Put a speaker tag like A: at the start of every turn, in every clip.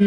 A: In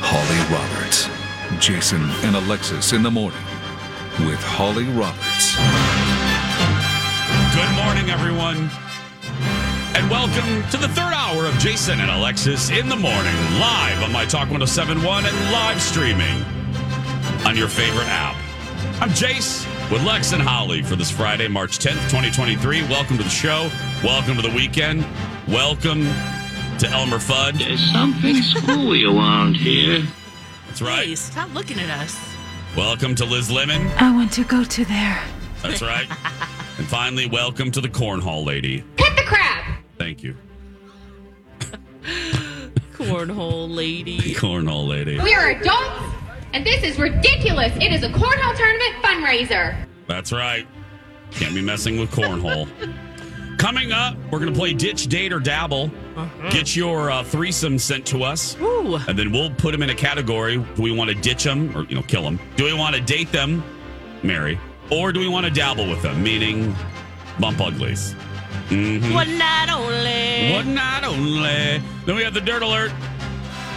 B: Holly Roberts. Jason and Alexis in the morning with Holly Roberts.
C: Good morning, everyone. And welcome to the third hour of Jason and Alexis in the morning, live on My Talk 1071 and live streaming on your favorite app. I'm Jace with Lex and Holly for this Friday, March 10th, 2023. Welcome to the show. Welcome to the weekend. Welcome to Elmer Fudd.
D: There's something screwy around here.
C: That's right.
E: Hey, stop looking at us.
C: Welcome to Liz Lemon.
F: I want to go to there.
C: That's right. and finally, welcome to the Cornhole Lady.
G: Hit the crap!
C: Thank you,
E: Cornhole lady.
C: Cornhole Lady.
G: We are adults, and this is ridiculous. It is a cornhole tournament fundraiser.
C: That's right. Can't be messing with cornhole. Coming up, we're going to play Ditch, Date, or Dabble. Get your uh, threesome sent to us,
E: Ooh,
C: and then we'll put them in a category. Do we want to ditch them or, you know, kill them? Do we want to date them, marry? Or do we want to dabble with them, meaning bump uglies? Mhm.
E: one night only.
C: One night only. Then we have the dirt alert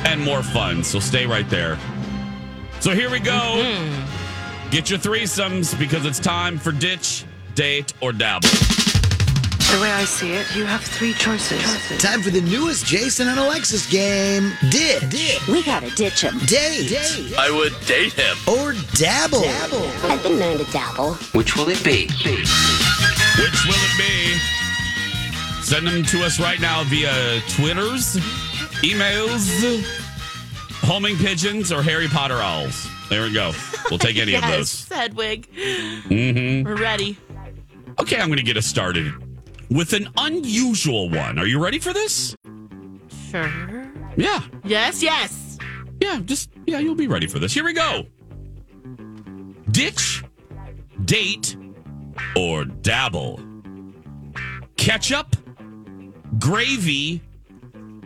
C: and more fun. So stay right there. So here we go. Get your threesomes because it's time for ditch, date, or dabble.
F: The way I see it, you have three choices.
H: Time for the newest Jason and Alexis game. Did. Did.
I: We gotta ditch him.
H: Date.
D: I would date him.
H: Or dabble.
I: I've been known to dabble.
D: Which will it be?
C: Which will it be? Send them to us right now via Twitters, emails, homing pigeons, or Harry Potter owls. There we go. We'll take any
E: yes,
C: of those.
E: Sedwig.
C: Mm-hmm.
E: We're ready.
C: Okay, I'm going to get us started with an unusual one. Are you ready for this?
E: Sure.
C: Yeah.
E: Yes, yes.
C: Yeah, just yeah, you'll be ready for this. Here we go. Ditch, date, or dabble. Ketchup, gravy,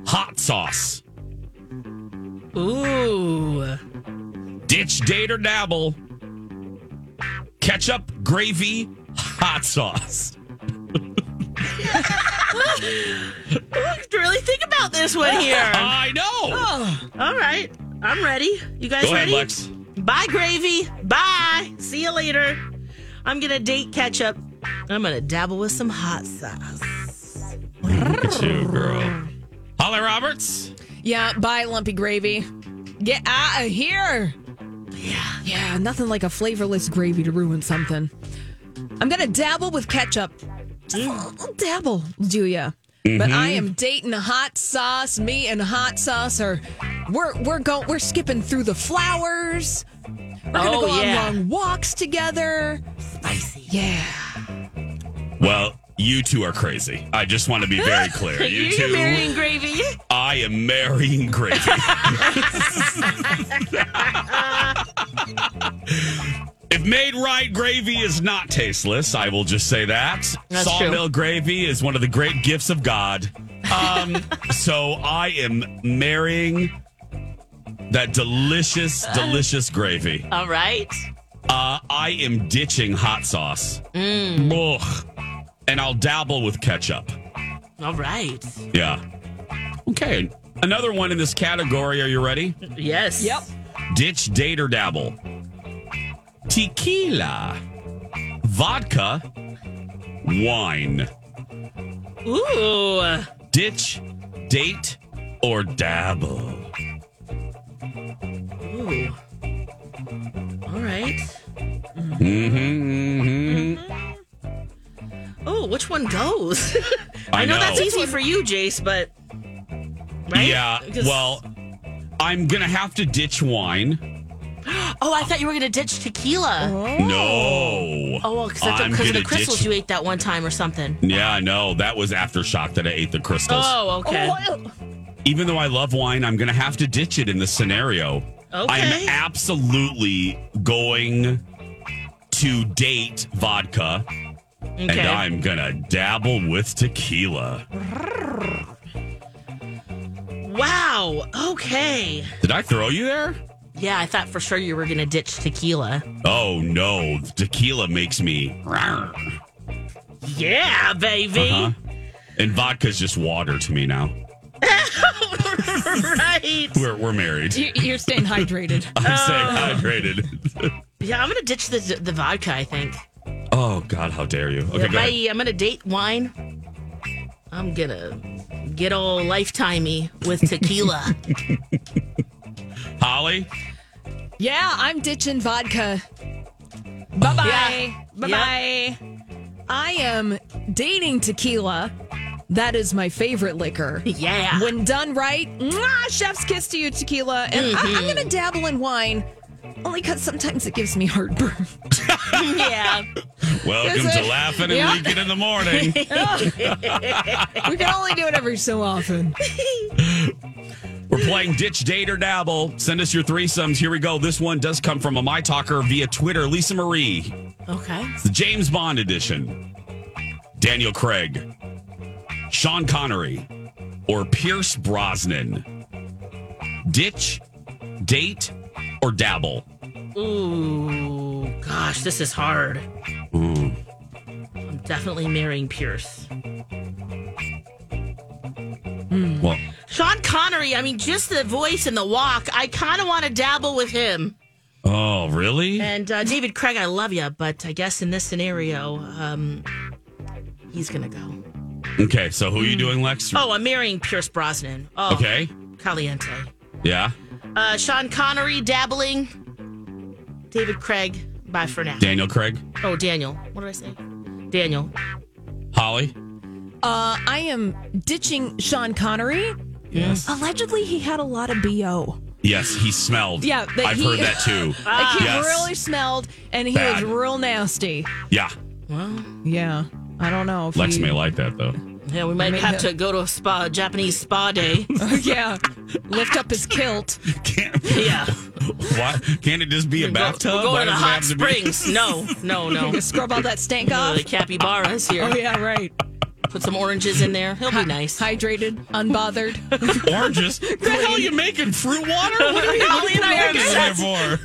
C: hot sauce.
E: Ooh.
C: Ditch, date, or dabble. Ketchup, gravy, hot sauce.
E: Look, really think about this one here.
C: I know.
E: Oh, all right. I'm ready. You guys
C: Uh. Go ahead,
E: ready?
C: Lex.
E: Bye, gravy. Bye. See you later. I'm gonna date ketchup. I'm gonna dabble with some hot sauce.
C: Look at you, girl. Holly Roberts.
J: Yeah, bye, lumpy gravy. Get out of here. Yeah. Yeah, nothing like a flavorless gravy to ruin something. I'm going to dabble with ketchup. Just a little dabble, do ya? But I am dating hot sauce. Me and hot sauce are we're we're going we're skipping through the flowers. We're gonna
E: Oh,
J: go
E: yeah.
J: on long walks together. Spicy. Yeah.
C: Well, you two are crazy. I just want to be very clear. You,
E: You're
C: two,
E: marrying gravy.
C: I am marrying Gravy. if made right, gravy is not tasteless. I will just say that.
E: That's
C: Sawmill gravy is one of the great gifts of God. Um, so I am marrying That delicious, delicious gravy.
E: All right.
C: Uh, I am ditching hot sauce.
E: Mm.
C: Ugh. And I'll dabble with ketchup.
E: All right.
C: Yeah. Okay. Another one in this category. Are you ready?
E: Yes. Yep.
C: Ditch, date, or dabble. Tequila, vodka, wine.
E: Ooh.
C: Ditch, date, or dabble.
E: Ooh. All right.
C: Mm-hmm, mm-hmm.
E: Oh, which one goes?
C: I
E: know,
C: know.
E: that's easy for you, Jace, but right?
C: Yeah.
E: Because-
C: Well, I'm gonna have to ditch wine.
E: oh, I thought you were gonna ditch tequila.
C: No.
E: Oh, because
C: I'm
E: because of the
C: gonna
E: crystals
C: ditch-
E: you ate that one time or something.
C: Yeah, no, that was aftershock that I ate the crystals.
E: Oh, okay.
C: Even though I love wine, I'm going to have to ditch it in this scenario.
E: Okay.
C: I'm absolutely going to date vodka and
E: Okay.
C: I'm going to dabble with tequila.
E: Wow. Okay.
C: Did I throw you there?
E: Yeah, I thought for sure you were gonna ditch tequila.
C: Oh, no. Tequila makes me. rawr.
E: Yeah, baby.
C: Uh-huh. And vodka's just water to me now.
E: right.
C: We're, we're married.
J: You- You're staying hydrated.
C: I'm
E: Oh.
C: staying hydrated.
E: Yeah, I'm gonna ditch the the vodka. I think.
C: Oh God, how dare you? Okay,
E: yeah,
C: go
E: bye.
C: ahead.
E: I'm gonna date wine. I'm gonna get all lifetimey with tequila.
C: Holly.
J: Yeah, I'm ditching vodka. Bye bye.
E: Yeah.
J: Bye bye. I am dating tequila. That is my favorite liquor.
E: Yeah.
J: When done right, mwah, chef's kiss to you, tequila. And I, I'm going to dabble in wine only because sometimes it gives me heartburn.
E: yeah.
C: Welcome
J: Yes,
C: to
J: I-
C: Laughing and
J: Yeah.
C: Leaking in the Morning.
J: we can only do it every so often.
C: We're playing Ditch, Date, or Dabble. Send us your threesomes. Here we go. This one does come from a My Talker via Twitter. Lisa Marie.
E: Okay.
C: It's the James Bond edition. Daniel Craig. Sean Connery. Or Pierce Brosnan. Ditch, Date, or Dabble.
E: Ooh, gosh, this is hard.
C: Ooh.
E: I'm definitely marrying Pierce.
C: Well,
E: Sean Connery, I mean, just the voice and the walk, I kind of want to dabble with him.
C: oh, really?
J: Eh.
E: And uh, David Craig, I love you, but I guess in this scenario, um, he's going to go.
C: Okay, so who are
J: Hmm.
C: you doing, Lex?
E: Oh, I'm marrying Pierce Brosnan. Oh,
C: Okay.
E: Caliente.
C: Yeah.
E: Uh, Sean Connery dabbling. David Craig, bye for now.
C: Daniel Craig.
E: oh, Daniel. What did I say? Daniel.
C: Holly.
J: Uh, I am ditching Sean Connery.
C: Yes.
J: Allegedly, he had a lot of BO.
C: Yes, he smelled.
J: Yeah, that
C: I've
J: he-
C: heard that too.
J: Like, he
C: yes.
J: really smelled and he
C: Bad.
J: was real nasty.
C: Yeah.
E: Well,
J: Yeah. I don't know. If
C: Lex
J: he-
C: may like that though.
E: yeah, we might
J: mean,
E: have
J: the-
E: to go to a spa, Japanese spa day.
J: yeah. Lift up his kilt.
C: Can't
E: yeah.
C: why, can't it just be a bathtub?
E: We're going
C: Why
E: to
C: does it
E: hot
C: have to be-
E: springs. no, no, no.
J: Scrub all that stank
E: Uh,
J: off.
E: the capybaras here.
J: Oh, yeah, right.
E: Put some oranges in there. He'll be nice.
J: Hydrated, unbothered.
C: Oranges? What the hell are you making? Fruit water? What are you, what are you
J: We're
C: making
J: obsessed.
C: it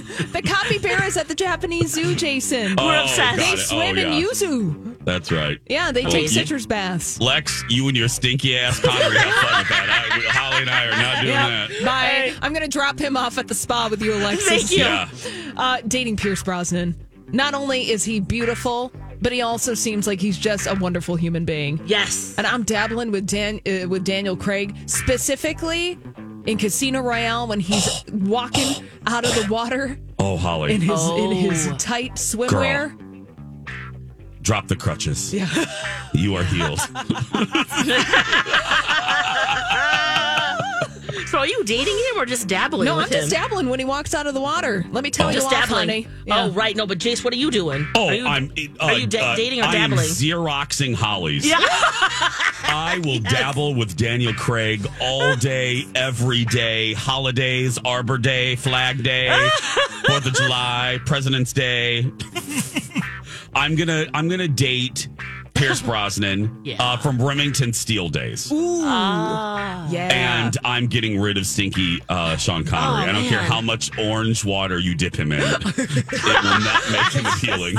C: for?
J: the, co- the capybaras at the Japanese zoo, Jason.
C: Oh,
E: obsessed.
C: got
J: they
C: it. Oh,
J: swim in
C: yeah.
J: yuzu.
C: That's right.
J: Yeah, they
C: you-
J: take citrus baths.
C: Lex, you and your stinky ass Connery have fun with that. I, Holly and I are not doing
J: Yeah,
C: that.
J: bye. I'm gonna drop him off at the spa with you, Alexis.
E: Thank you.
C: Yeah.
J: Uh, dating Pierce Brosnan. Not only is he beautiful, but he also seems like he's just a wonderful human being.
E: Yes.
J: And I'm dabbling with Dan uh, with Daniel Craig specifically in Casino Royale when he's walking out of the water
C: Oh, Holly,
J: in his in his
E: Oh.
J: tight swimwear.
C: drop the crutches. Yeah. You are healed.
E: So are you dating him or just dabbling
J: No,
E: with
J: I'm just
E: him?
J: dabbling when he walks out of the water. Let me tell you,
E: Just
J: off,
E: dabbling.
J: honey.
E: Oh, right. No, but Jace, what are you doing?
C: Oh,
E: are you,
C: I'm. Uh,
E: are you da-
C: uh,
E: dating or
C: I am
E: dabbling?
C: Xeroxing Hollies.
E: Yeah.
C: I will dabble with Daniel Craig all day, every day. Holidays, Arbor Day, Flag Day, Fourth of July, President's Day. I'm gonna I'm gonna date Pierce Brosnan uh, from Remington Steel days.
J: Ooh. yeah.
C: And I'm getting rid of stinky uh, Sean Connery.
J: Oh,
C: I don't care
J: man.
C: how much orange water you dip him in, it will not make him appealing.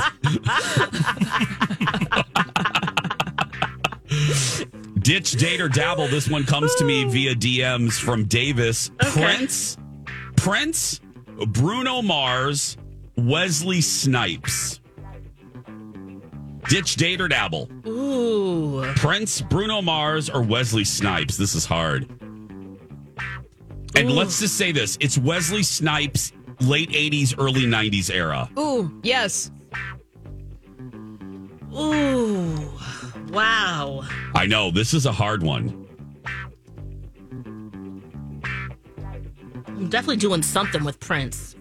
C: Ditch, date, or dabble. This one comes to me via DMs from Davis. Prince, Prince, Bruno Mars, Wesley Snipes. Ditch, date, or dabble.
E: Ooh.
C: Prince, Bruno Mars, or Wesley Snipes? This is hard. And let's just say this it's Wesley Snipes, late 80s, early 90s era.
J: Ooh, yes.
E: Ooh. Wow.
C: I know, this is a hard one.
E: I'm definitely doing something with Prince.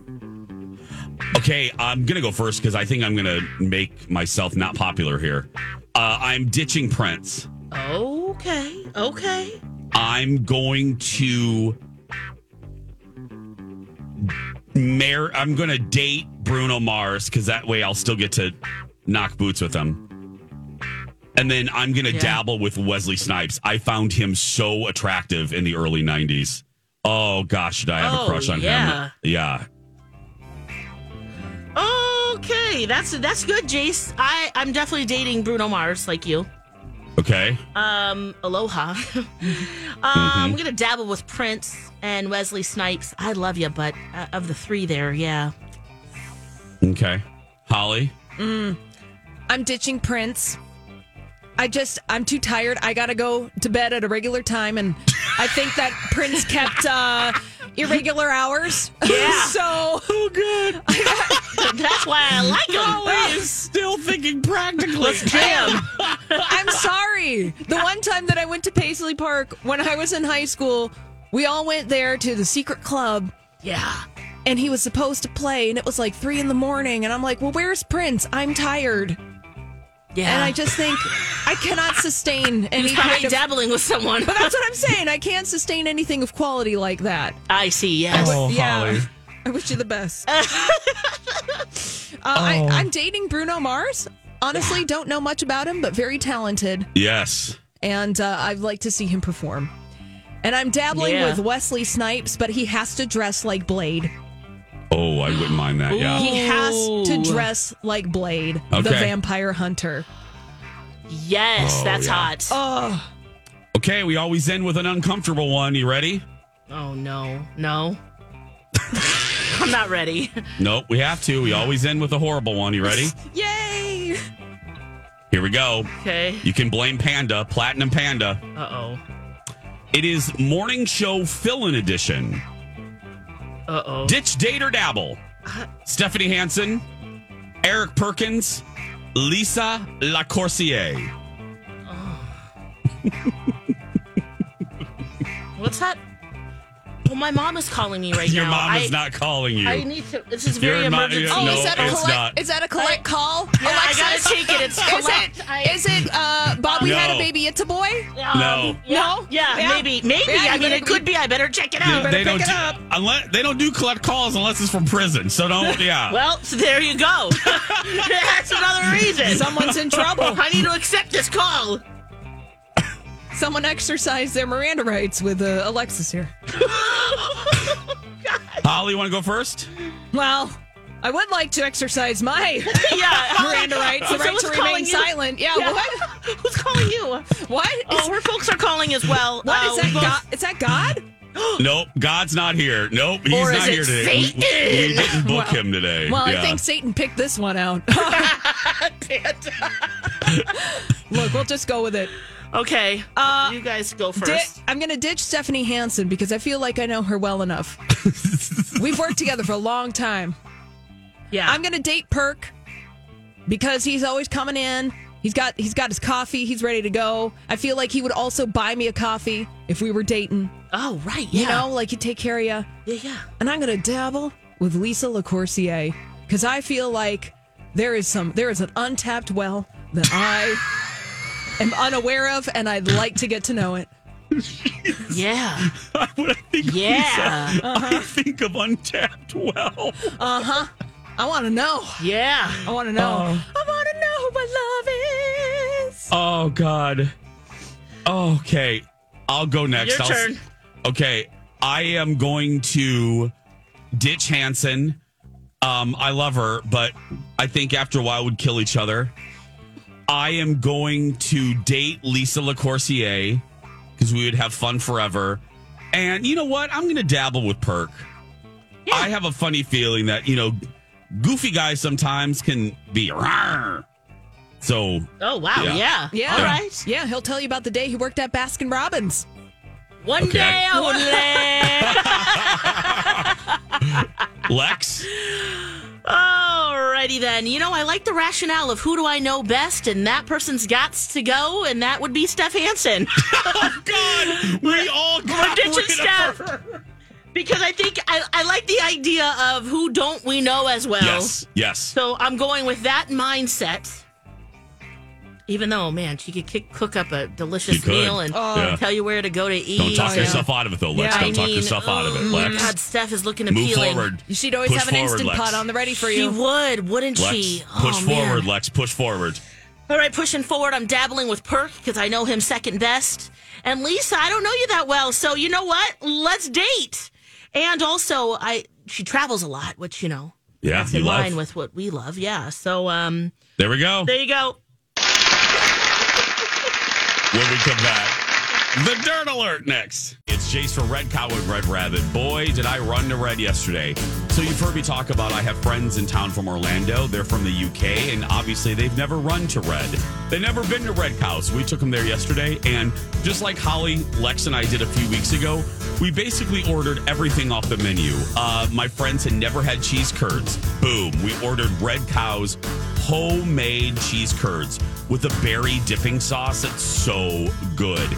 C: Okay, I'm going to go first because I think I'm going to make myself not popular here. Uh, I'm ditching Prince.
E: Okay. Okay.
C: I'm going to mar- I'm going to date Bruno Mars because that way I'll still get to knock boots with him. And then I'm going to
K: Yeah.
C: dabble with Wesley Snipes. I found him so attractive in the early 90s. Oh gosh, did I have
E: Oh,
C: a crush on
E: yeah.
C: him? Yeah.
E: Okay. That's that's good, Jace. I I'm definitely dating Bruno Mars like you.
C: Okay.
E: Um, aloha. um, I'm gonna dabble with Prince and Wesley Snipes. I love you, but uh, of the three there, yeah.
C: Okay. Holly.
J: Mm. I'm ditching Prince. I just, I'm too tired. I gotta go to bed at a regular time, and I think that Prince kept uh, irregular hours. Yeah. so. Oh, good.
E: That's why I like him.
J: Holly
E: is
C: still thinking practically.
E: Let's get him.
J: I'm sorry. The one time that I went to Paisley Park when I was in high school, we all went there to the secret club.
E: Yeah.
J: And he was supposed to play, and it was like three in the morning. And I'm like, well, where's Prince? I'm tired.
E: Yeah.
J: And I just think I cannot sustain any
E: He's probably
J: kind of-
E: dabbling with someone.
J: But that's what I'm saying. I can't sustain anything of quality like that.
E: I see. Yes.
J: Oh, Yeah. Holly. I wish you the best. uh, I,
C: Oh.
J: I'm dating Bruno Mars. Honestly, don't know much about him, but very talented.
C: Yes.
J: and uh, I'd like to see him perform. And I'm dabbling
C: Yeah.
J: with Wesley Snipes, but he has to dress like Blade.
C: Oh, I wouldn't mind that. Yeah.
J: He has
E: Oh.
J: to dress like Blade, the
C: Okay.
J: vampire hunter.
E: Yes,
C: Oh, that's yeah. hot.
J: Oh,
C: Okay, we always end with an uncomfortable one. You ready?
E: Oh no, no. I'm not ready.
C: Nope, we have to. We always end with a horrible one. You ready?
J: Yay!
C: Here we go.
E: Okay.
C: You can blame Panda, Platinum Panda.
E: Uh
C: It is morning show fill-in edition.
E: oh. Uh oh.
C: Ditch, date, or dabble.
E: Uh-huh.
C: Stephanie Hansen, Eric Perkins, Lisa LaCourcier.
E: What's that? Well, my mom is calling me right
C: Your
E: now.
C: mom
E: I-
C: is not calling you.
E: I need to. This is very
C: Your mom-
E: emergency. Oh,
C: yeah, no, it's not.
J: Oh, Is that a collect call?
E: Yeah, I gotta take it. It's
J: is
E: collect.
J: it? Is it? Uh, Bobby had a
C: No.
J: baby. It's a boy.
C: No.
J: No.
E: Yeah, maybe, maybe.
J: Yeah,
E: I
J: you
E: mean,
J: better-
E: it could be. I better check it out.
C: they don't do, unless they don't do collect calls unless it's from prison. So don't. Yeah.
E: Well, so there you go. That's another reason.
J: Someone's in trouble.
E: I need to accept this call.
J: Someone exercised their Miranda rights with uh, Alexis here.
C: Holly, you want to go first?
J: Well, I would like to exercise my
E: Yeah.
J: Miranda rights, the right
E: Someone's
J: to
E: calling
J: remain
E: you.
J: silent. Yeah,
E: Yeah.
J: what?
E: Who's calling you?
J: What?
E: Oh, we're folks are calling as well.
J: What is
E: Uh,
J: that?
E: we both-
J: God? Is that God?
C: Nope, God's not here. Nope, he's
J: Or is
C: not
J: it
C: here today. We- We,
J: Satan?
C: we didn't book
J: Well-
C: him today.
J: Well,
C: Yeah.
J: I think Satan picked this one out. Look, we'll just go with it.
E: Okay.
J: Uh,
E: you guys go
J: Di-
E: first.
J: I'm going to ditch Stephanie Hansen because I feel like I know her well enough. We've worked together for a long time.
E: Yeah.
J: I'm going to date Perk because he's always coming in. He's got he's got his coffee. He's ready to go. I feel like he would also buy me a coffee if we were dating.
E: Oh, right.
J: You know, like he'd take care of you.
E: Yeah, yeah.
J: And I'm going to dabble with Lisa LaCourcier because I feel like there is some there is an untapped well that I am unaware of, and I'd like to get to know it.
E: Yeah.
C: when I think of
J: Yeah. uh-huh.
C: Lisa, I think of Untapped Well.
J: Uh huh. I want to know.
E: Yeah.
J: I want to know.
C: Oh.
J: I want to know who my love is.
C: Oh God. Okay, I'll go next.
E: Your
C: I'll
E: turn.
C: okay, I am going to ditch Hanson. Um, I love her, but I think after a while we'd kill each other. I am going to date Lisa LaCourcier because we would have fun forever. And you know what? I'm going to dabble with Perk. I have a funny feeling that you know, goofy guys sometimes can be. Rawr. So
E: Oh wow! Yeah.
J: Yeah.
E: All right.
J: Yeah, he'll tell you about the day he worked at Baskin Robbins.
E: One
C: Okay,
E: day
C: I-
E: only.
C: Lex.
E: Alrighty then. You know, I like the rationale of who do I know best, and that person's got to go, and that would be Steph Hansen.
C: God, we all
E: We're
C: got
E: ditching
C: rid of
E: Steph
C: her.
E: because I think I, I like the idea of who don't we know as well.
C: Yes, yes.
E: So I'm going with that mindset. Even though, man, she could kick, cook up a
C: She
E: delicious
C: could.
E: meal and
C: Oh. Yeah.
E: tell you where to go to eat.
C: Don't talk
E: and-
C: yourself out of it, though, Lex.
E: Yeah.
C: Don't
E: I
C: talk
E: mean,
C: yourself out of it,
E: oh,
C: Lex.
E: God, Steph is looking
C: Move
E: appealing.
C: forward.
J: She'd always
C: Push
J: have an
C: forward,
J: instant
C: Lex.
J: pot on the ready for
E: She
J: you.
E: would, wouldn't
C: Lex,
E: she?
C: push
E: Oh, man.
C: forward, Lex. Push forward.
E: All right, pushing forward, I'm dabbling with Perk because I know him second best. And Lisa, I don't know you that well, so you know what? Let's date. And also, I she travels a lot, which you know,
C: Yeah,
E: that's
C: you
E: in
C: love.
E: line with what we love. Yeah. So um,
C: There we go.
E: there you go.
C: When we come back, the dirt alert next. It's Jace for Red Cow and Red Rabbit. Boy, did I run to Red yesterday. So you've heard me talk about I have friends in town from Orlando. They're from the UK, and obviously they've never run to Red. They've never been to Red Cow, so we took them there yesterday. And just like Holly, Lex, and I did a few weeks ago, we basically ordered everything off the menu. Uh, my friends had never had cheese curds. Boom. We ordered Red Cow's homemade cheese curds with a berry dipping sauce that's so good.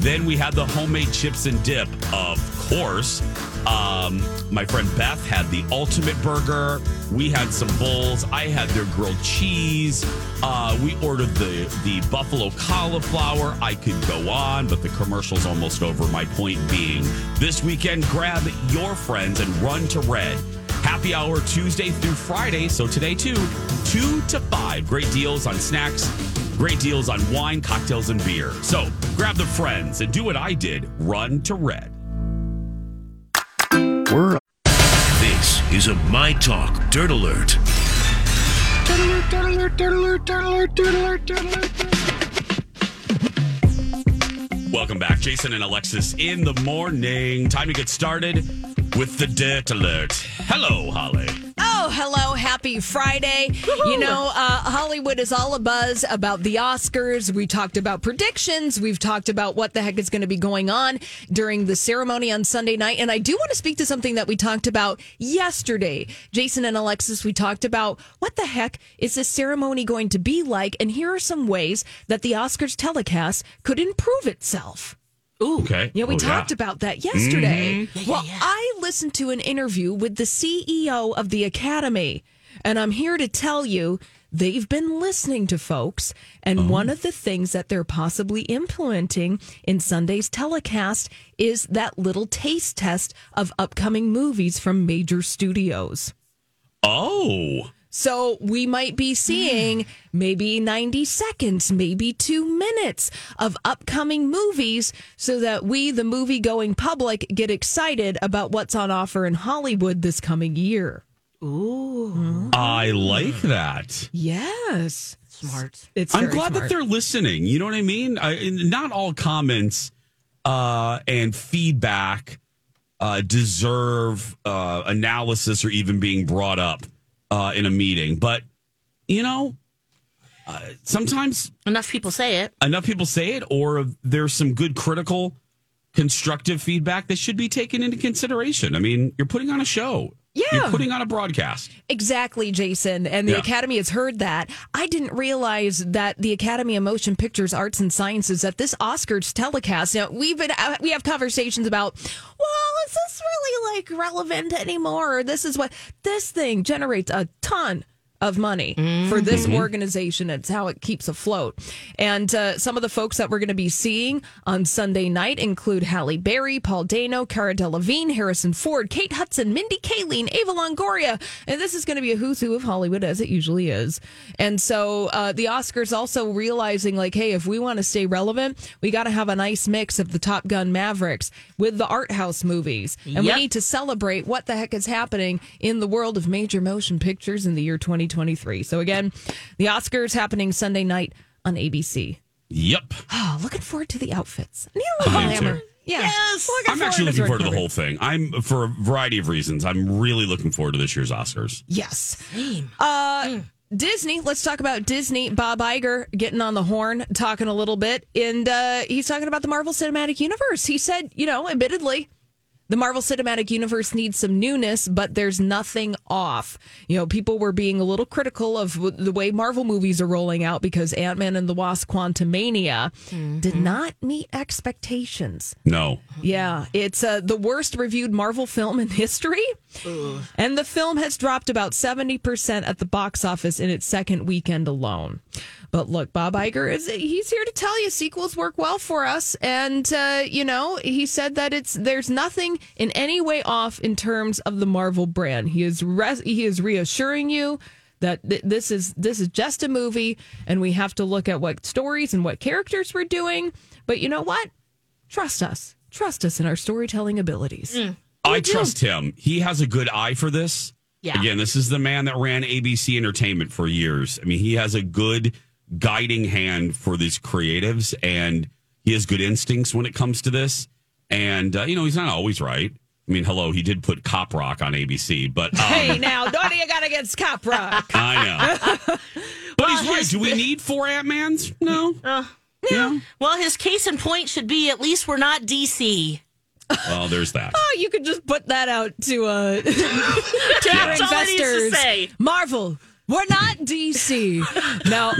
C: Then we had the homemade chips and dip, of course. Um, my friend Beth had the ultimate burger. We had some bowls. I had their grilled cheese. Uh, we ordered the the buffalo cauliflower. I could go on, but the commercial's almost over. My point being, this weekend, grab your friends and run to Red. Happy hour Tuesday through Friday. So today, too, two to five. Great deals on snacks, great deals on wine, cocktails, and beer. So grab the friends and do what I did run to red.
K: We're. This is a My Talk Dirt Alert.
C: Welcome back, Jason and Alexis in the morning. Time to get started with the dirt alert. Hello, Holly.
J: Oh, hello. Happy Friday. You know, uh, Hollywood is all abuzz about the Oscars. We talked about predictions. We've talked about what the heck is going to be going on during the ceremony on Sunday night. And I do want to speak to something that we talked about yesterday. Jason and Alexis, we talked about what the heck is this ceremony going to be like? And here are some ways that the Oscars telecast could improve itself. Ooh.
C: Okay.
J: Yeah, we
C: Oh,
J: talked about that yesterday. well, I listened to an interview with the CEO of the Academy, and I'm here to tell you they've been listening to folks. And one of the things that they're possibly implementing in Sunday's telecast is that little taste test of upcoming movies from major studios.
C: Oh.
J: So we might be seeing maybe 90 seconds, maybe two minutes of upcoming movies so that we, the movie going public, get excited about what's on offer in Hollywood this coming year. Ooh.
C: I like that.
J: Yes. Smart. It's
C: I'm
J: very
C: glad that
J: smart.
C: they're listening. You know what I mean? I, and not all comments uh, and feedback uh, deserve uh, analysis or even being brought up uh, in a meeting. But, you know, uh, sometimes
E: Enough people say it.
C: enough people say it, or there's some good critical, constructive feedback that should be taken into consideration. I mean, you're putting on a show,
J: Yeah.
C: you're putting on a broadcast.
J: Exactly, Jason. And the
C: Yeah.
J: Academy has heard that. I didn't realize that the Academy of Motion Pictures, Arts and Sciences, that this Oscars telecast. Now we've been uh, we have conversations about. Well, is this really like relevant anymore? Or this is what this thing generates a ton of money for this organization. It's how it keeps afloat. And uh, some of the folks that we're going to be seeing on Sunday night include Halle Berry, Paul Dano, Cara Delevingne, Harrison Ford, Kate Hudson, Mindy Kaling, Ava Longoria. And this is going to be a who's who of Hollywood, as it usually is. And so uh, the Oscars also realizing, like, hey, if we want to stay relevant, we got to have a nice mix of the Top Gun Mavericks with the art house movies. And
E: Yep.
J: we need to celebrate what the heck is happening in the world of major motion pictures in the year 2023. So, again, the Oscars happening Sunday night on ABC.
C: Yep.
J: Oh, looking forward to the outfits. I need a little
C: I am too.
J: glamour. Yeah. Yes.
C: I'm actually looking forward to the whole thing. I'm for a variety of reasons. I'm really looking forward to this year's Oscars.
J: Yes. Uh, Disney, let's talk about Disney. Bob Iger getting on the horn, talking a little bit. And uh, he's talking about the Marvel Cinematic Universe. He said, you know, admittedly, the Marvel Cinematic Universe needs some newness, but there's nothing off. You know, people were being a little critical of w- the way Marvel movies are rolling out because Ant Man and the Wasp Quantumania did not meet expectations.
C: No.
J: Yeah, it's uh, the worst reviewed Marvel film in history. And the film has dropped about 70% at the box office in its second weekend alone. But look, Bob Iger is he's here to tell you sequels work well for us and uh, you know, he said that it's there's nothing in any way off in terms of the Marvel brand. He is res- he is reassuring you that th- this is this is just a movie and we have to look at what stories and what characters we're doing. But you know what? Trust us. Trust us in our storytelling abilities.
E: Mm.
C: I trust him. He has a good eye for this.
J: Yeah.
C: Again, this is the man that ran ABC Entertainment for years. I mean, he has a good guiding hand for these creatives and he has good instincts when it comes to this. And, uh, you know, he's not always right. I mean, hello, he did put Cop Rock on ABC, but um,
J: Hey, now, what do you got against Cop Rock?
C: I know. But he's right. Do we need four Ant Mans? No.
E: Uh,
C: yeah.
E: Well, his case in point should be at least we're not DC.
C: Well, there's that.
J: Oh, you could just put that out to uh, to our
E: That's all it needs to
J: investors.
E: say.
J: Marvel, we're not DC now.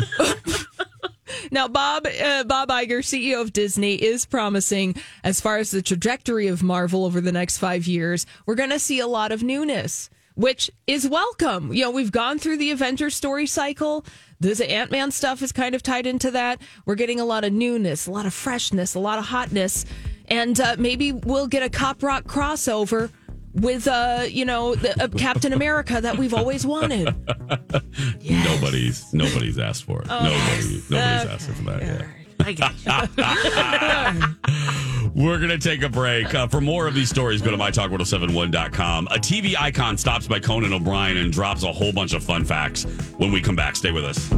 J: Now, Bob uh, Bob Iger, CEO of Disney, is promising as far as the trajectory of Marvel over the next five years, we're going to see a lot of newness, which is welcome. You know, we've gone through the Avengers story cycle. This Ant Man stuff is kind of tied into that. We're getting a lot of newness, a lot of freshness, a lot of hotness, and uh, maybe we'll get a Cop Rock crossover with uh, you know the, uh, Captain America that we've always wanted.
C: Nobody's nobody's asked for it.
J: Oh,
C: Nobody,
J: yes.
C: nobody's
J: Okay.
C: asked for that. Yeah.
E: I got
J: you.
C: We're going to take a break. Uh, for more of these stories, go to mytalk1071.com. A TV icon stops by Conan O'Brien and drops a whole bunch of fun facts. When we come back, stay with us.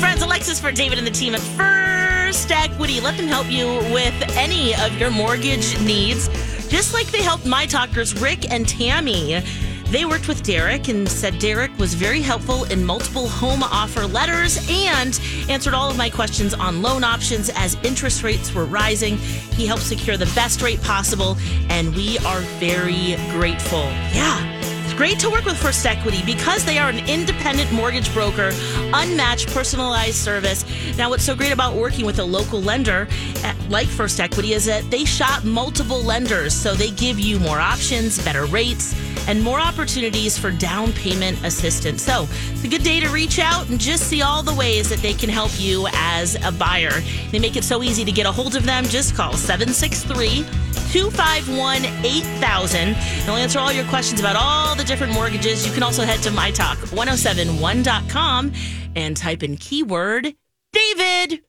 E: Friends, Alexis for David and the team at First Equity. Let them help you with any of your mortgage needs, just like they helped my talkers, Rick and Tammy. They worked with Derek and said Derek was very helpful in multiple home offer letters and answered all of my questions on loan options as interest rates were rising. He helped secure the best rate possible, and we are very grateful. Yeah. It's great to work with First Equity because they are an independent mortgage broker, unmatched personalized service. Now, what's so great about working with a local lender at, like First Equity is that they shop multiple lenders, so they give you more options, better rates, and more opportunities for down payment assistance. So, it's a good day to reach out and just see all the ways that they can help you as a buyer. They make it so easy to get a hold of them. Just call 763- 251 8000. They'll answer all your questions about all the different mortgages. You can also head to mytalk1071.com and type in keyword David.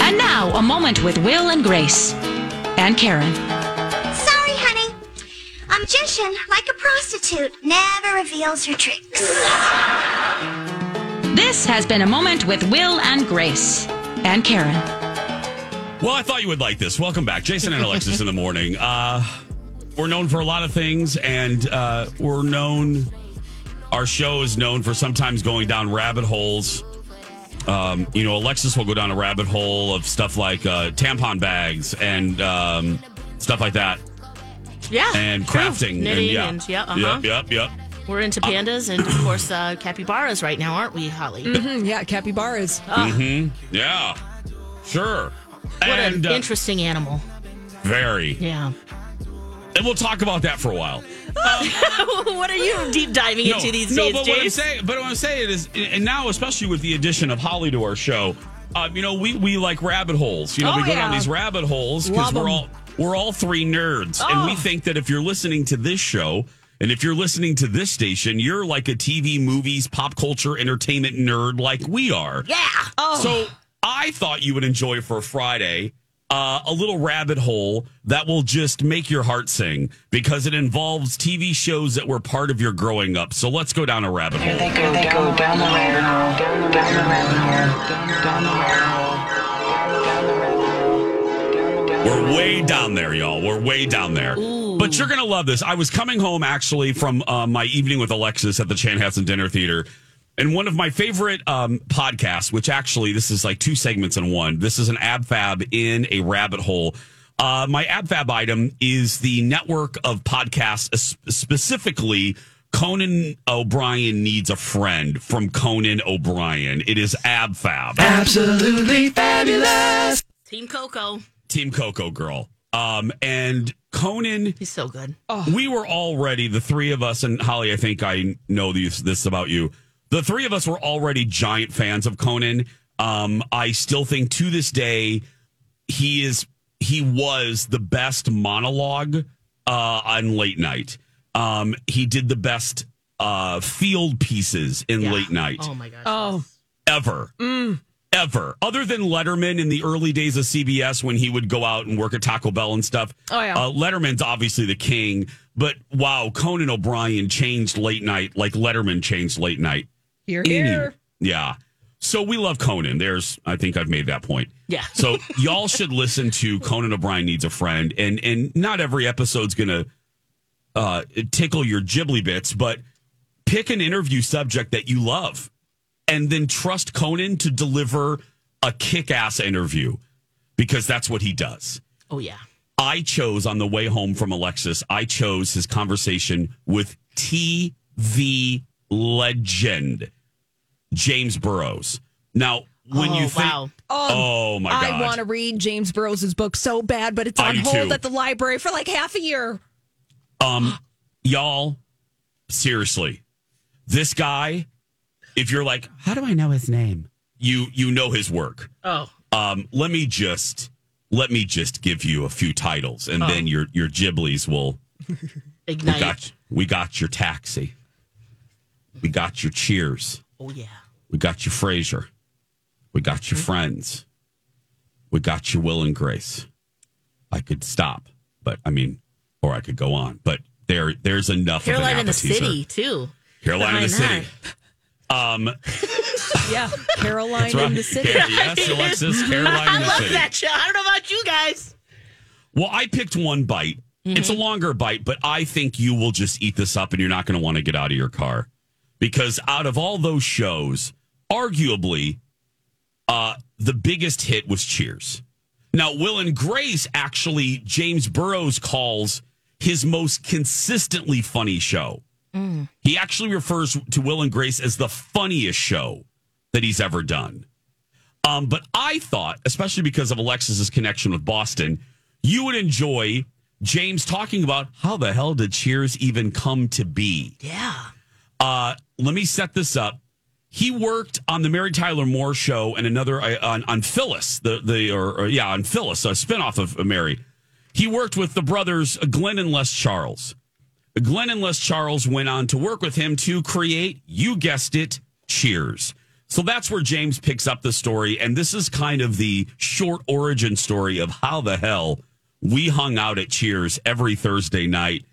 L: And now, a moment with Will and Grace and Karen.
I: Sorry, honey. A magician, like a prostitute, never reveals her tricks.
L: This has been a moment with Will and Grace and Karen.
C: Well, I thought you would like this. Welcome back, Jason and Alexis in the morning. Uh, we're known for a lot of things, and uh, we're known. Our show is known for sometimes going down rabbit holes. Um, you know, Alexis will go down a rabbit hole of stuff like uh, tampon bags and um, stuff like that,
E: Yeah.
C: and
E: true.
C: crafting.
E: Knitting
C: yeah,
E: and, yeah, uh-huh.
C: yep, yep, yep.
E: We're into pandas and, of course, uh, capybaras right now, aren't we, Holly?
J: Mhm, yeah, capybaras.
C: Mm-hmm. Yeah, sure.
E: What
C: and
E: an
C: uh,
E: interesting animal.
C: very.
E: Yeah.
C: And we'll talk about that for a while.
E: what are you deep diving into these
C: no, but
E: days,
C: what I'm
E: Jace?
C: saying, but what I'm saying is, and now especially with the addition of Holly to our show, um, you know, we we like rabbit holes. You know,
M: Oh,
C: we go
M: yeah.
C: down these rabbit holes because
M: Love
C: we're
M: 'em.
C: all we're all three nerds, and we think that if you're listening to this show. And if you're listening to this station, you're like a TV, movies, pop culture, entertainment nerd like we are.
E: Yeah. Oh.
C: So I thought you would enjoy for Friday uh, a little rabbit hole that will just make your heart sing because it involves TV shows that were part of your growing up. So let's go down a rabbit hole.
F: They go, they go down the rabbit hole, down the rabbit hole, down the rabbit hole.
C: We're way down there, y'all. We're way down there. But you're going to love this. I was coming home actually from uh, my evening with Alexis at the Chanhassen Dinner Theater. And one of my favorite um, podcasts, which actually this is like two segments in one. This is an ab fab in a rabbit hole. Uh, my ab fab item is the network of podcasts, es- specifically Conan O'Brien needs a friend from Conan O'Brien. It is ab fab.
F: Absolutely fabulous.
E: Team Coco.
C: Team Coco Girl. Um, and Conan.
E: He's so good.
C: We were already, the three of us, and Holly, I think I know these, this about you. The three of us were already giant fans of Conan. Um, I still think to this day, he is, he was the best monologue uh, on late night. Um, he did the best uh, field pieces in late night
E: Oh my gosh.
J: Oh.
C: ever. Ever. Other than Letterman in the early days of CBS when he would go out and work at Taco Bell and stuff.
J: Oh, yeah.
C: Uh, Letterman's obviously the king, but wow, Conan O'Brien changed late night like Letterman changed late night.
J: You're
C: Any-
J: here.
C: Yeah. So we love Conan. There's I think I've made that point.
E: Yeah.
C: So y'all should listen to Conan O'Brien needs a friend and and not every episode's going to uh tickle your ghibli bits, but pick an interview subject that you love and then trust Conan to deliver a kick-ass interview because that's what he does.
E: Oh yeah.
C: I chose on the way home from Alexis, I chose his conversation with TV legend James Burrows. Now, when
J: Oh,
C: you think,
J: wow. Um,
C: oh my
J: I
C: god,
J: want to read James Burroughs' book so bad, but it's
C: I
J: on
C: do
J: hold
C: too.
J: at the library for like half a year.
C: Um, y'all, seriously, this guy, if you're like, how do I know his name? You you know his work.
E: Oh.
C: Um, let me just let me just give you a few titles, and
E: Oh.
C: then your your Ghiblies will.
E: Ignite.
C: We got we got your taxi. We got your Cheers.
E: Oh yeah.
C: We got your Frasier. We got your friends. We got your Will and Grace. I could stop, but I mean, or I could go on, but there, there's enough. of
E: Caroline
C: an
E: in the
C: appetizer.
E: City too.
C: Caroline in the
E: Why
C: city. Um,
J: Yeah, Caroline
C: That's right.
J: in the city.
C: Yeah, yes, Alexis, Caroline
E: I
C: in the
E: love
C: City.
E: that show. I don't know about you guys.
C: well, I picked one bite. It's a longer bite, but I think you will just eat this up, and you're not going to want to get out of your car because out of all those shows, arguably, uh, the biggest hit was Cheers. Now, Will and Grace actually, James Burrows calls his most consistently funny show. He actually refers to Will and Grace as the funniest show that he's ever done. Um, but I thought, especially because of Alexis's connection with Boston, you would enjoy James talking about how the hell did Cheers even come to be.
E: Yeah.
C: Uh, let me set this up. He worked on the Mary Tyler Moore show and another uh, on, on Phyllis, the the or, or, yeah on Phyllis, a spinoff of Mary. He worked with the brothers Glenn and Les Charles. Glenn and Les Charles went on to work with him to create, you guessed it, Cheers. So that's where James picks up the story, and this is kind of the short origin story of how the hell we hung out at Cheers every Thursday night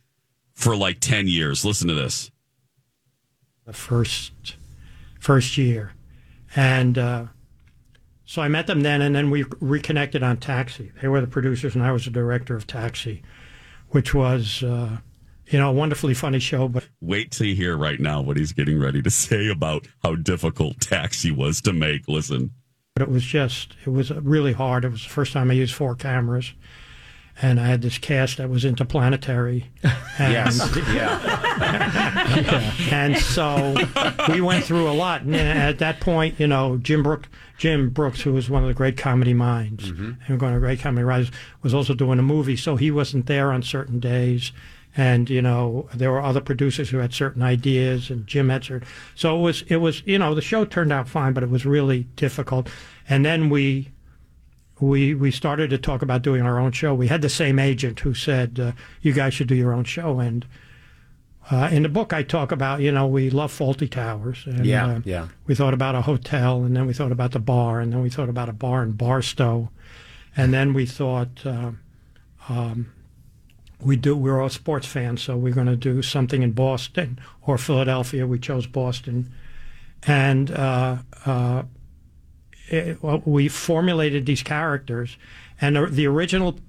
C: for like ten years. Listen to this.
N: the first first year, and uh, so I met them then, and then we reconnected on Taxi. They were the producers, and I was the director of Taxi, which was uh, you know a wonderfully funny show, but
C: Wait till you hear right now what he's getting ready to say about how difficult taxi was to make. Listen.
N: but it was just it was really hard. It was the first time I used four cameras,
J: and I had this cast that was into planetary. And,
O: Yes, yeah.
J: and so we went through a lot. And then at that point, you know, Jim Brooks, Jim Brooks, who was one of the great comedy minds
O: Mhm.
J: and going to great comedy writers, was also doing a movie, so he wasn't there on certain days. And you know, there were other producers who had certain ideas, and Jim had certain. So it was, it was, you know, the show turned out fine, but it was really difficult. And then we we we started to talk about doing our own show. We had the same agent who said uh, you guys should do your own show. And uh, in the book, I talk about you know we love faulty towers. And,
O: Yeah,
J: uh,
O: yeah.
J: We thought about a hotel, and then we thought about the bar, and then we thought about a bar in Barstow, and then we thought. Uh, um, we do. We're all sports fans, so we're going to do something in Boston or Philadelphia. We chose Boston, and uh, uh, it, well, we formulated these characters, and the, the original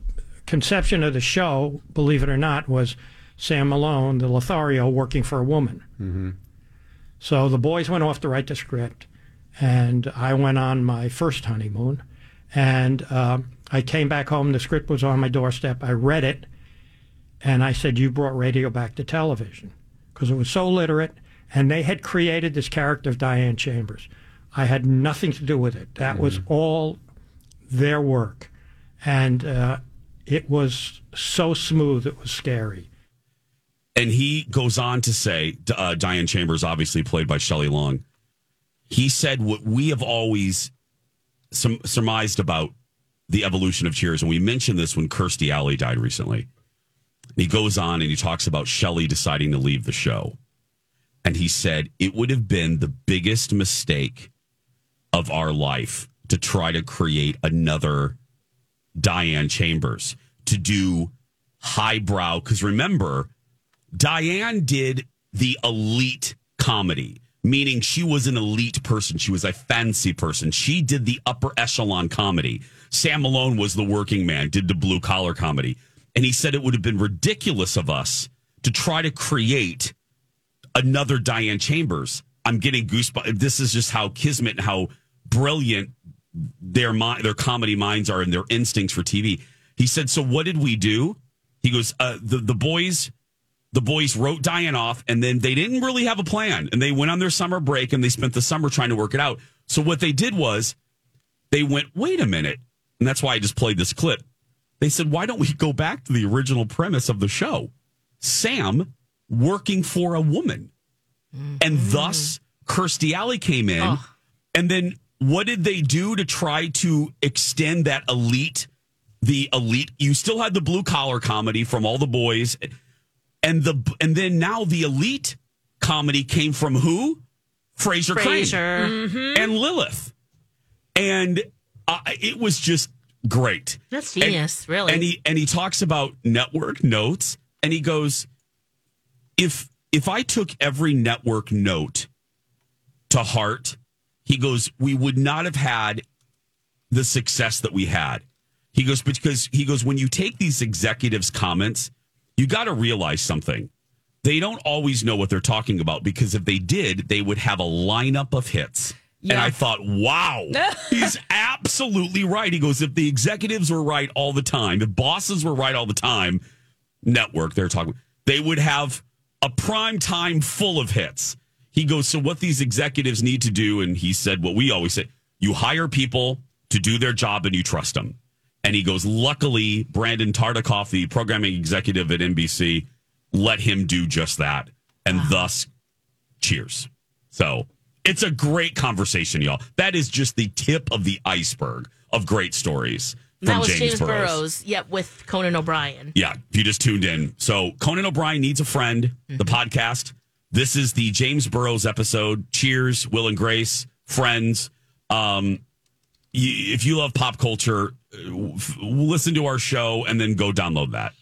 J: conception of the show, believe it or not, was Sam Malone, the Lothario, working for a woman.
O: Mm-hmm.
J: So the boys went off to write the script, and I went on my first honeymoon, and um I came back home. The script was on my doorstep. I read it, and I said, "You brought radio back to television," because it was so literate, and they had created this character of Diane Chambers. I had nothing to do with it. That was
C: Mm-hmm.
J: all their work, and uh, it was so smooth. It was scary.
C: And he goes on to say, uh, Diane Chambers, obviously played by Shelley Long, he said what we have always sum- surmised about the evolution of Cheers. And we mentioned this when Kirstie Alley died recently. And he goes on and he talks about Shelley deciding to leave the show. And he said, it would have been the biggest mistake of our life to try to create another Diane Chambers to do highbrow. Because remember, Diane did the elite comedy, meaning she was an elite person. She was a fancy person. She did the upper echelon comedy. Sam Malone was the working man, did the blue collar comedy. And he said it would have been ridiculous of us to try to create another Diane Chambers. I'm getting goosebumps. This is just how kismet and how brilliant their mi- their comedy minds are and their instincts for TV. He said, "So what did we do?" He goes, uh, "The the boys." The boys wrote Diane off, and then they didn't really have a plan. And they went on their summer break and they spent the summer trying to work it out. So, what they did was they went, wait a minute. And that's why I just played this clip. They said, why don't we go back to the original premise of the show? Sam working for a woman. And thus, Kirstie Alley came in. And then what did they do to try to extend that elite, the elite? You still had the blue collar comedy from all the boys. And the and then now the elite comedy came from who? Fraser Crane
E: Frasier. Mhm.
C: and Lilith and uh, it was just great.
E: That's genius,
C: And-
E: really.
C: And he and he talks about network notes, and he goes, "If if I took every network note to heart, he goes, we would not have had the success that we had." He goes because he goes when you take these executives' comments, you got to realize something. They don't always know what they're talking about because if they did, they would have a lineup of hits. And I thought, wow, he's absolutely right. He goes, if the executives were right all the time, if bosses were right all the time, network they're talking, they would have a prime time full of hits. He goes, so what these executives need to do, and he said what we always say: you hire people to do their job and you trust them. And he goes, luckily, Brandon Tartikoff, the programming executive at NBC, let him do just that. And thus, cheers. So it's a great conversation, y'all. That is just the tip of the iceberg of great stories from
E: that was
C: James, Burrows.
E: Yep, with Conan O'Brien.
C: Yeah, if you just tuned in. So Conan O'Brien needs a friend, the
P: Mm-hmm.
C: podcast. This is the James Burrows episode. Cheers, Will and Grace, friends. Um, y- if you love pop culture, uh, f- listen to our show and then go download that.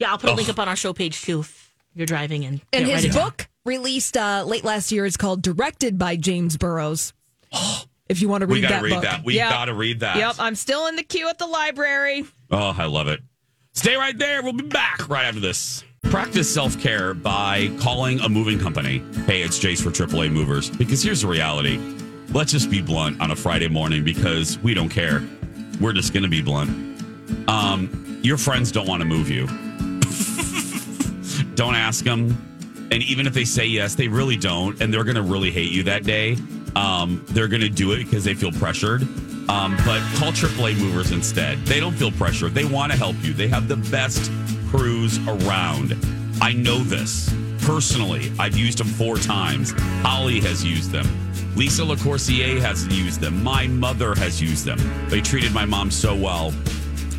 E: Yeah, I'll put a link
C: Ugh.
E: up on our show page too if you're driving in.
P: And his book released uh, late last year is called Directed by James Burrows. if you want to read
C: we gotta
P: that
C: read
P: book.
C: that. We
P: Yep.
C: gotta read that.
P: Yep, I'm still in the queue at the library.
C: Oh, I love it. Stay right there. We'll be back right after this. Practice self care by calling a moving company. Hey, it's Jace for AAA Movers. Because here's the reality let's just be blunt on a Friday morning because we don't care. We're just going to be blunt. Um, Your friends don't want to move you. don't ask them. And even if they say yes, they really don't. And they're going to really hate you that day. Um, they're going to do it because they feel pressured. Um, but call AAA movers instead. They don't feel pressured. They want to help you. They have the best crews around. I know this personally. I've used them four times. Holly has used them. Lisa LaCourcier has used them. My mother has used them. They treated my mom so well,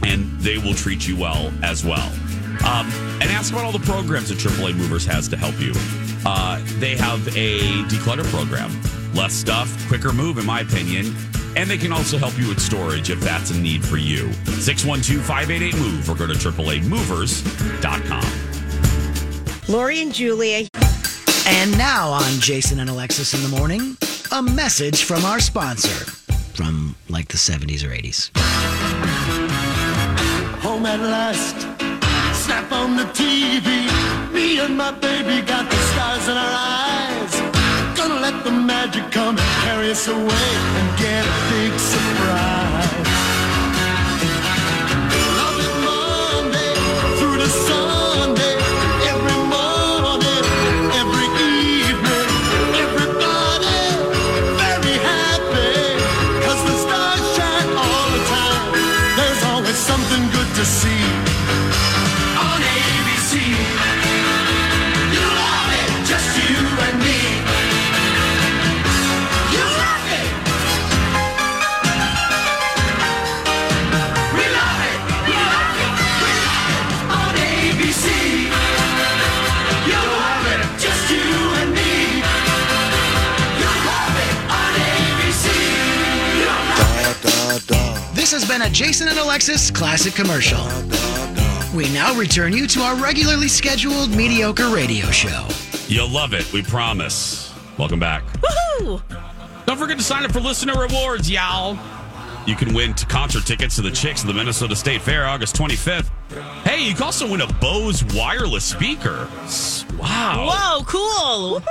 C: and they will treat you well as well. Um, and ask about all the programs that AAA Movers has to help you. Uh, they have a declutter program, less stuff, quicker move, in my opinion. And they can also help you with storage if that's a need for you. 612 588 MOVE or go to AAAmovers.com.
H: Lori and Julia. And now on Jason and Alexis in the morning, a message from our sponsor from like the 70s or 80s.
Q: Home at last. Snap on the TV. Me and my baby got the stars in our eyes. Gonna let the magic come and carry us away and get a big surprise. Love it Monday through to Sunday. Every morning, every evening. Everybody very happy. 'Cause the stars shine all the time. There's always something good to see. On ABC, you love it, just you and me. You love it. We love it. We love it. We love it. On ABC, you love it, just you and me. You love it on ABC. You love it.
H: This has been a Jason and Alexis classic commercial. We now return you to our regularly scheduled mediocre radio show.
C: You'll love it. We promise. Welcome back.
E: Woohoo!
C: Don't forget to sign up for listener rewards, y'all. You can win t- concert tickets to the Chicks of the Minnesota State Fair August 25th. Hey, you can also win a Bose wireless speaker. S- Wow.
E: Whoa, cool.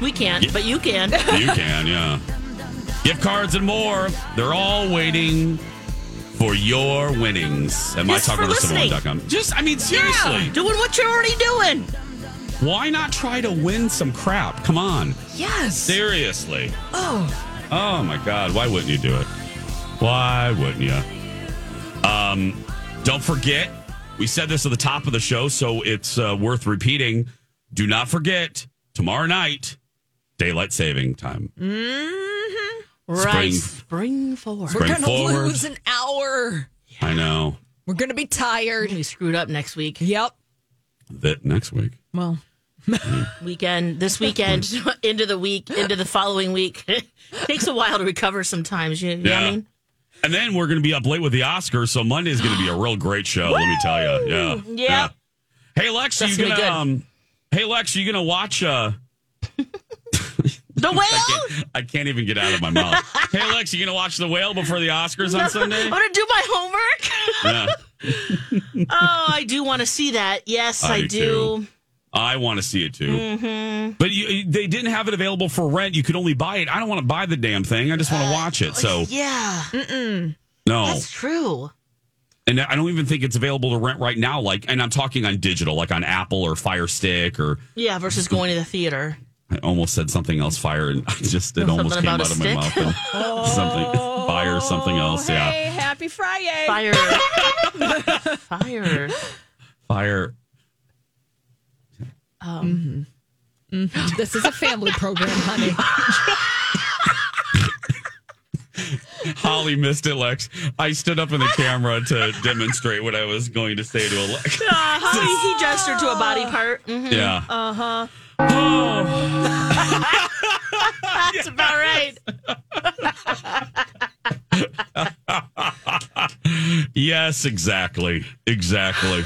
E: We can't,
C: Yeah.
E: but you can.
C: You can, yeah. Gift cards and more. They're all waiting for your winnings at
E: Just for listening.
C: mytalkwithsomeone.com. Just, I mean, seriously.
E: Yeah, doing what you're already doing.
C: Why not try to win some crap? Come on.
J: Yes.
C: Seriously.
J: Oh,
C: Oh my God! Why wouldn't you do it? Why wouldn't you? Um, don't forget, we said this at the top of the show, so it's uh, worth repeating. Do not forget tomorrow night, daylight saving time.
E: Right.
C: Spring-
E: Spring forward.
C: Spring We're gonna forward. lose
J: an hour.
C: I know
J: We're gonna be tired.
E: We screwed up next week.
J: Yep.
C: that next week.
J: Well,
E: Weekend, this weekend, into the week, into the following week. Takes a while to recover sometimes. You, you know what I mean?
C: And then we're going to be up late with the Oscars, so Monday's going to be a real great show. let me tell you. Yeah.
E: Yep.
C: Hey Lex,
E: That's
C: you
E: gonna
C: gonna?
E: be good.
C: Um, hey Lex, you gonna watch? Uh,
E: The whale?
C: I, can't, I can't even get out of my mouth. hey Lex, you gonna watch the whale before the Oscars on Sunday?
E: I'm going to do my homework.
C: Yeah.
E: oh, I do want to see that. Yes, I, do.
C: too. I want to see it too.
E: hmm
C: But you, they didn't have it available for rent. You could only buy it. I don't want to buy the damn thing. I just want to watch it. So
E: Uh, oh, Yeah. Mm-mm.
C: no,
E: That's true.
C: and I don't even think it's available to rent right now. Like, and I'm talking on digital, like on Apple or Fire Stick, or
E: Yeah, versus going to the theater.
C: I almost said something else. Fire, and I just it
E: Something
C: almost came out
E: about a
C: of my mouth.
E: stick? Oh,
C: And something fire, or something else. Yeah,
J: hey, happy Friday.
E: Fire. Fire.
C: fire.
E: Um,
J: Mhm. this is a family program, honey.
C: Holly missed it, Lex. I stood up in the camera to demonstrate what I was going to say to Alexa.
E: uh, Holly, he gestured to a body part. Mhm.
C: Yeah.
E: Uh-huh.
C: Oh.
E: That's about right.
C: yes, exactly. Exactly.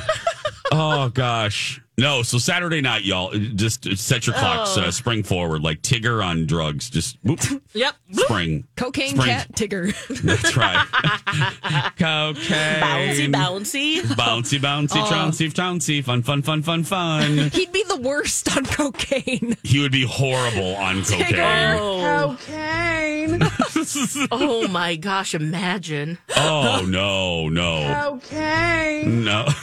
C: oh gosh. No, so Saturday night, y'all, just set your clocks.
J: Oh.
C: Uh, spring forward, like Tigger on drugs. Just whoop.
J: Yep.
C: Spring.
J: Cocaine
C: Spring.
J: cat Tigger.
C: That's right. Cocaine.
E: Bouncy, bouncy.
C: Bouncy, bouncy,
J: Oh.
C: trouncy, trouncy. Fun, fun, fun, fun, fun.
J: He'd be the worst on cocaine.
C: he would be horrible on cocaine.
E: Oh. Cocaine. oh my gosh, imagine.
C: Oh, no, no.
E: Cocaine.
C: No.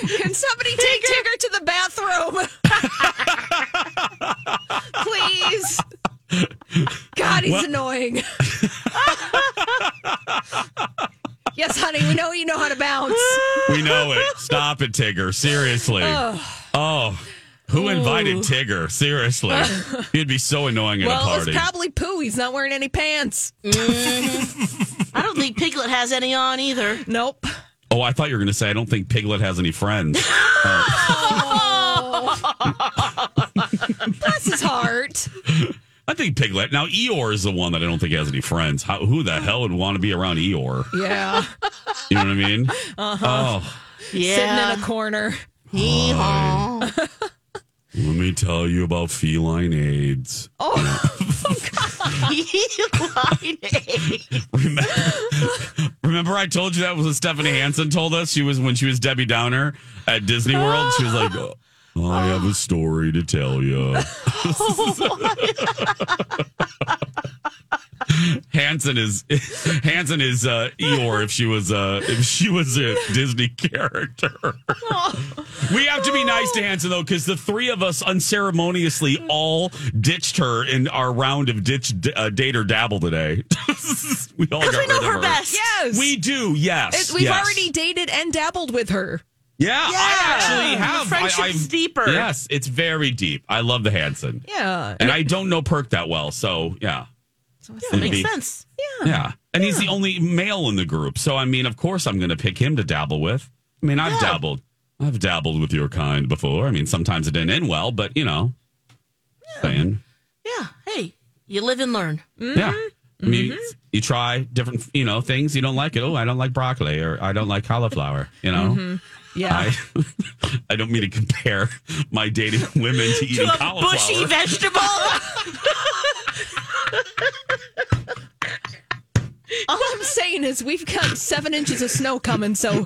J: Can somebody take Tigger to the bathroom? Please. God, he's
Q: What?
J: annoying. yes, honey, we know you know how to bounce.
C: We know it. Stop it, Tigger. Seriously.
J: Ugh.
C: Oh, who invited
J: Ooh.
C: Tigger? Seriously. He'd be so annoying at a
J: Well,
C: party.
J: it's probably poo. He's not wearing any pants.
E: I don't think Piglet has any on either.
J: Nope.
C: oh, I thought you were going to say, I don't think Piglet has any friends. Oh.
J: Bless his heart.
C: I think Piglet. Now, Eeyore is the one that I don't think has any friends. How, who the hell would want to be around Eeyore?
J: Yeah.
C: You know what I mean?
J: Uh-huh.
C: Oh,
J: Sitting in a corner.
C: let me tell you about feline AIDS. Remember, I told you that was what Stephanie Hansen told us. She was when she was Debbie Downer at Disney World. She was like, "Oh, "I have a story to tell you." Hansen is Hansen is uh, Eeyore if she was uh, if she was a Disney character. we have to be nice to Hansen though, because the three of us unceremoniously all ditched her in our round of ditch uh, date or dabble today. we all got
J: we
C: rid
J: know
C: of
J: her
C: her
J: best. Yes.
C: we do. Yes,
J: It- we've
C: yes.
J: already dated and dabbled with her.
C: Yeah,
J: Yeah.
C: I actually
J: The
C: have. I-
J: friendship's
C: I've-
J: deeper.
C: Yes, it's very deep. I love the Hanson.
J: Yeah.
C: And I don't know Perk that well, so yeah.
E: That
C: It'd
E: makes
C: be-
E: sense.
C: Yeah. And he's the only male in the group. So, I mean, of course I'm going to pick him to dabble with. I mean, I've dabbled. I've dabbled with your kind before. I mean, sometimes it didn't end well, but, you know, saying.
E: Hey, you live and learn.
C: Yeah.
J: Mm-hmm.
C: I mean, you try different, you know, things. You don't like it. Oh, I don't like broccoli or I don't like cauliflower, you know?
J: Mhm. Yeah.
C: I, I don't mean to compare my dating women to eating
E: to a
C: cauliflower.
E: bushy vegetable.
J: All I'm saying is we've got seven inches of snow coming, so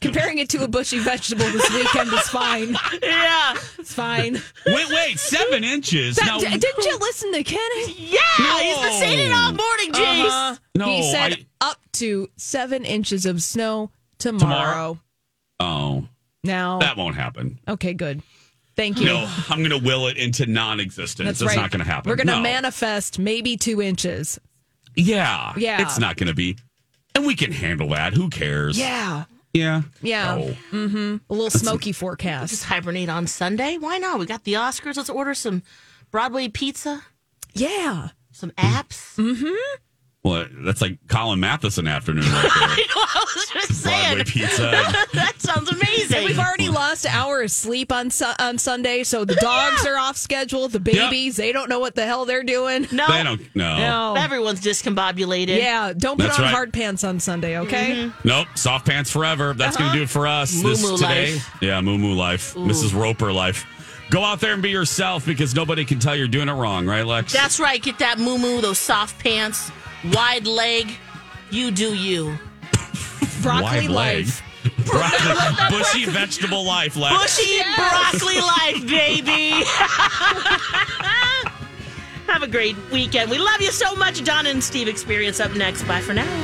J: comparing it to a bushy vegetable this weekend is fine.
E: Yeah,
J: it's fine.
C: Wait, wait, seven inches.
J: That-
C: Now-
J: d- didn't you listen to Kenny?
E: Yeah, he's been saying it all morning, Jace.
J: Uh-huh.
C: No,
J: he said
C: I-
J: up to seven inches of snow tomorrow.
C: Oh,
J: Now,
C: that won't happen.
J: okay, good. Thank you.
C: No, I'm going to will it into non-existence.
J: That's
C: That's
J: right.
C: not going to happen.
J: We're going to
C: No.
J: manifest maybe two inches.
C: Yeah,
J: Yeah.
C: It's not going to be, and we can handle that. Who cares? Oh.
J: Yeah.
C: yeah,
J: Yeah.
C: No.
J: Mm-hmm. A little smoky forecast.
E: Just hibernate on Sunday. Why not? We got the Oscars. Let's order some Broadway pizza.
J: Yeah.
E: Some apps.
J: Mm-hmm.
C: Well, that's like Colin Matheson afternoon right
E: I know. I was just
C: there.
E: saying.
C: Broadway pizza.
E: that sounds amazing.
J: And we've already lost an hour of sleep on su- on Sunday, so the dogs are off schedule. The babies, they don't know what the hell they're doing.
E: No. Oh.
C: They don't know.
E: Everyone's discombobulated.
J: Yeah, don't put
C: That's
J: on
C: right.
J: hard pants on Sunday, okay?
C: Nope, soft pants forever. That's going to do it for us
E: Uh-huh.
C: this
J: Moo-moo
C: today.
J: life.
C: Yeah, moo moo life,
E: Ooh.
C: Mrs. Roper life. Go out there and be yourself because nobody can tell you're doing it wrong, right, Lex?
E: That's right. Get that moo moo, those soft pants, wide leg. You do you.
C: Wide leg. Broccoli, bushy vegetable life, Lex.
E: Bushy broccoli life, baby. Have a great weekend. We love you so much. Donna and Steve experience up next. Bye for now.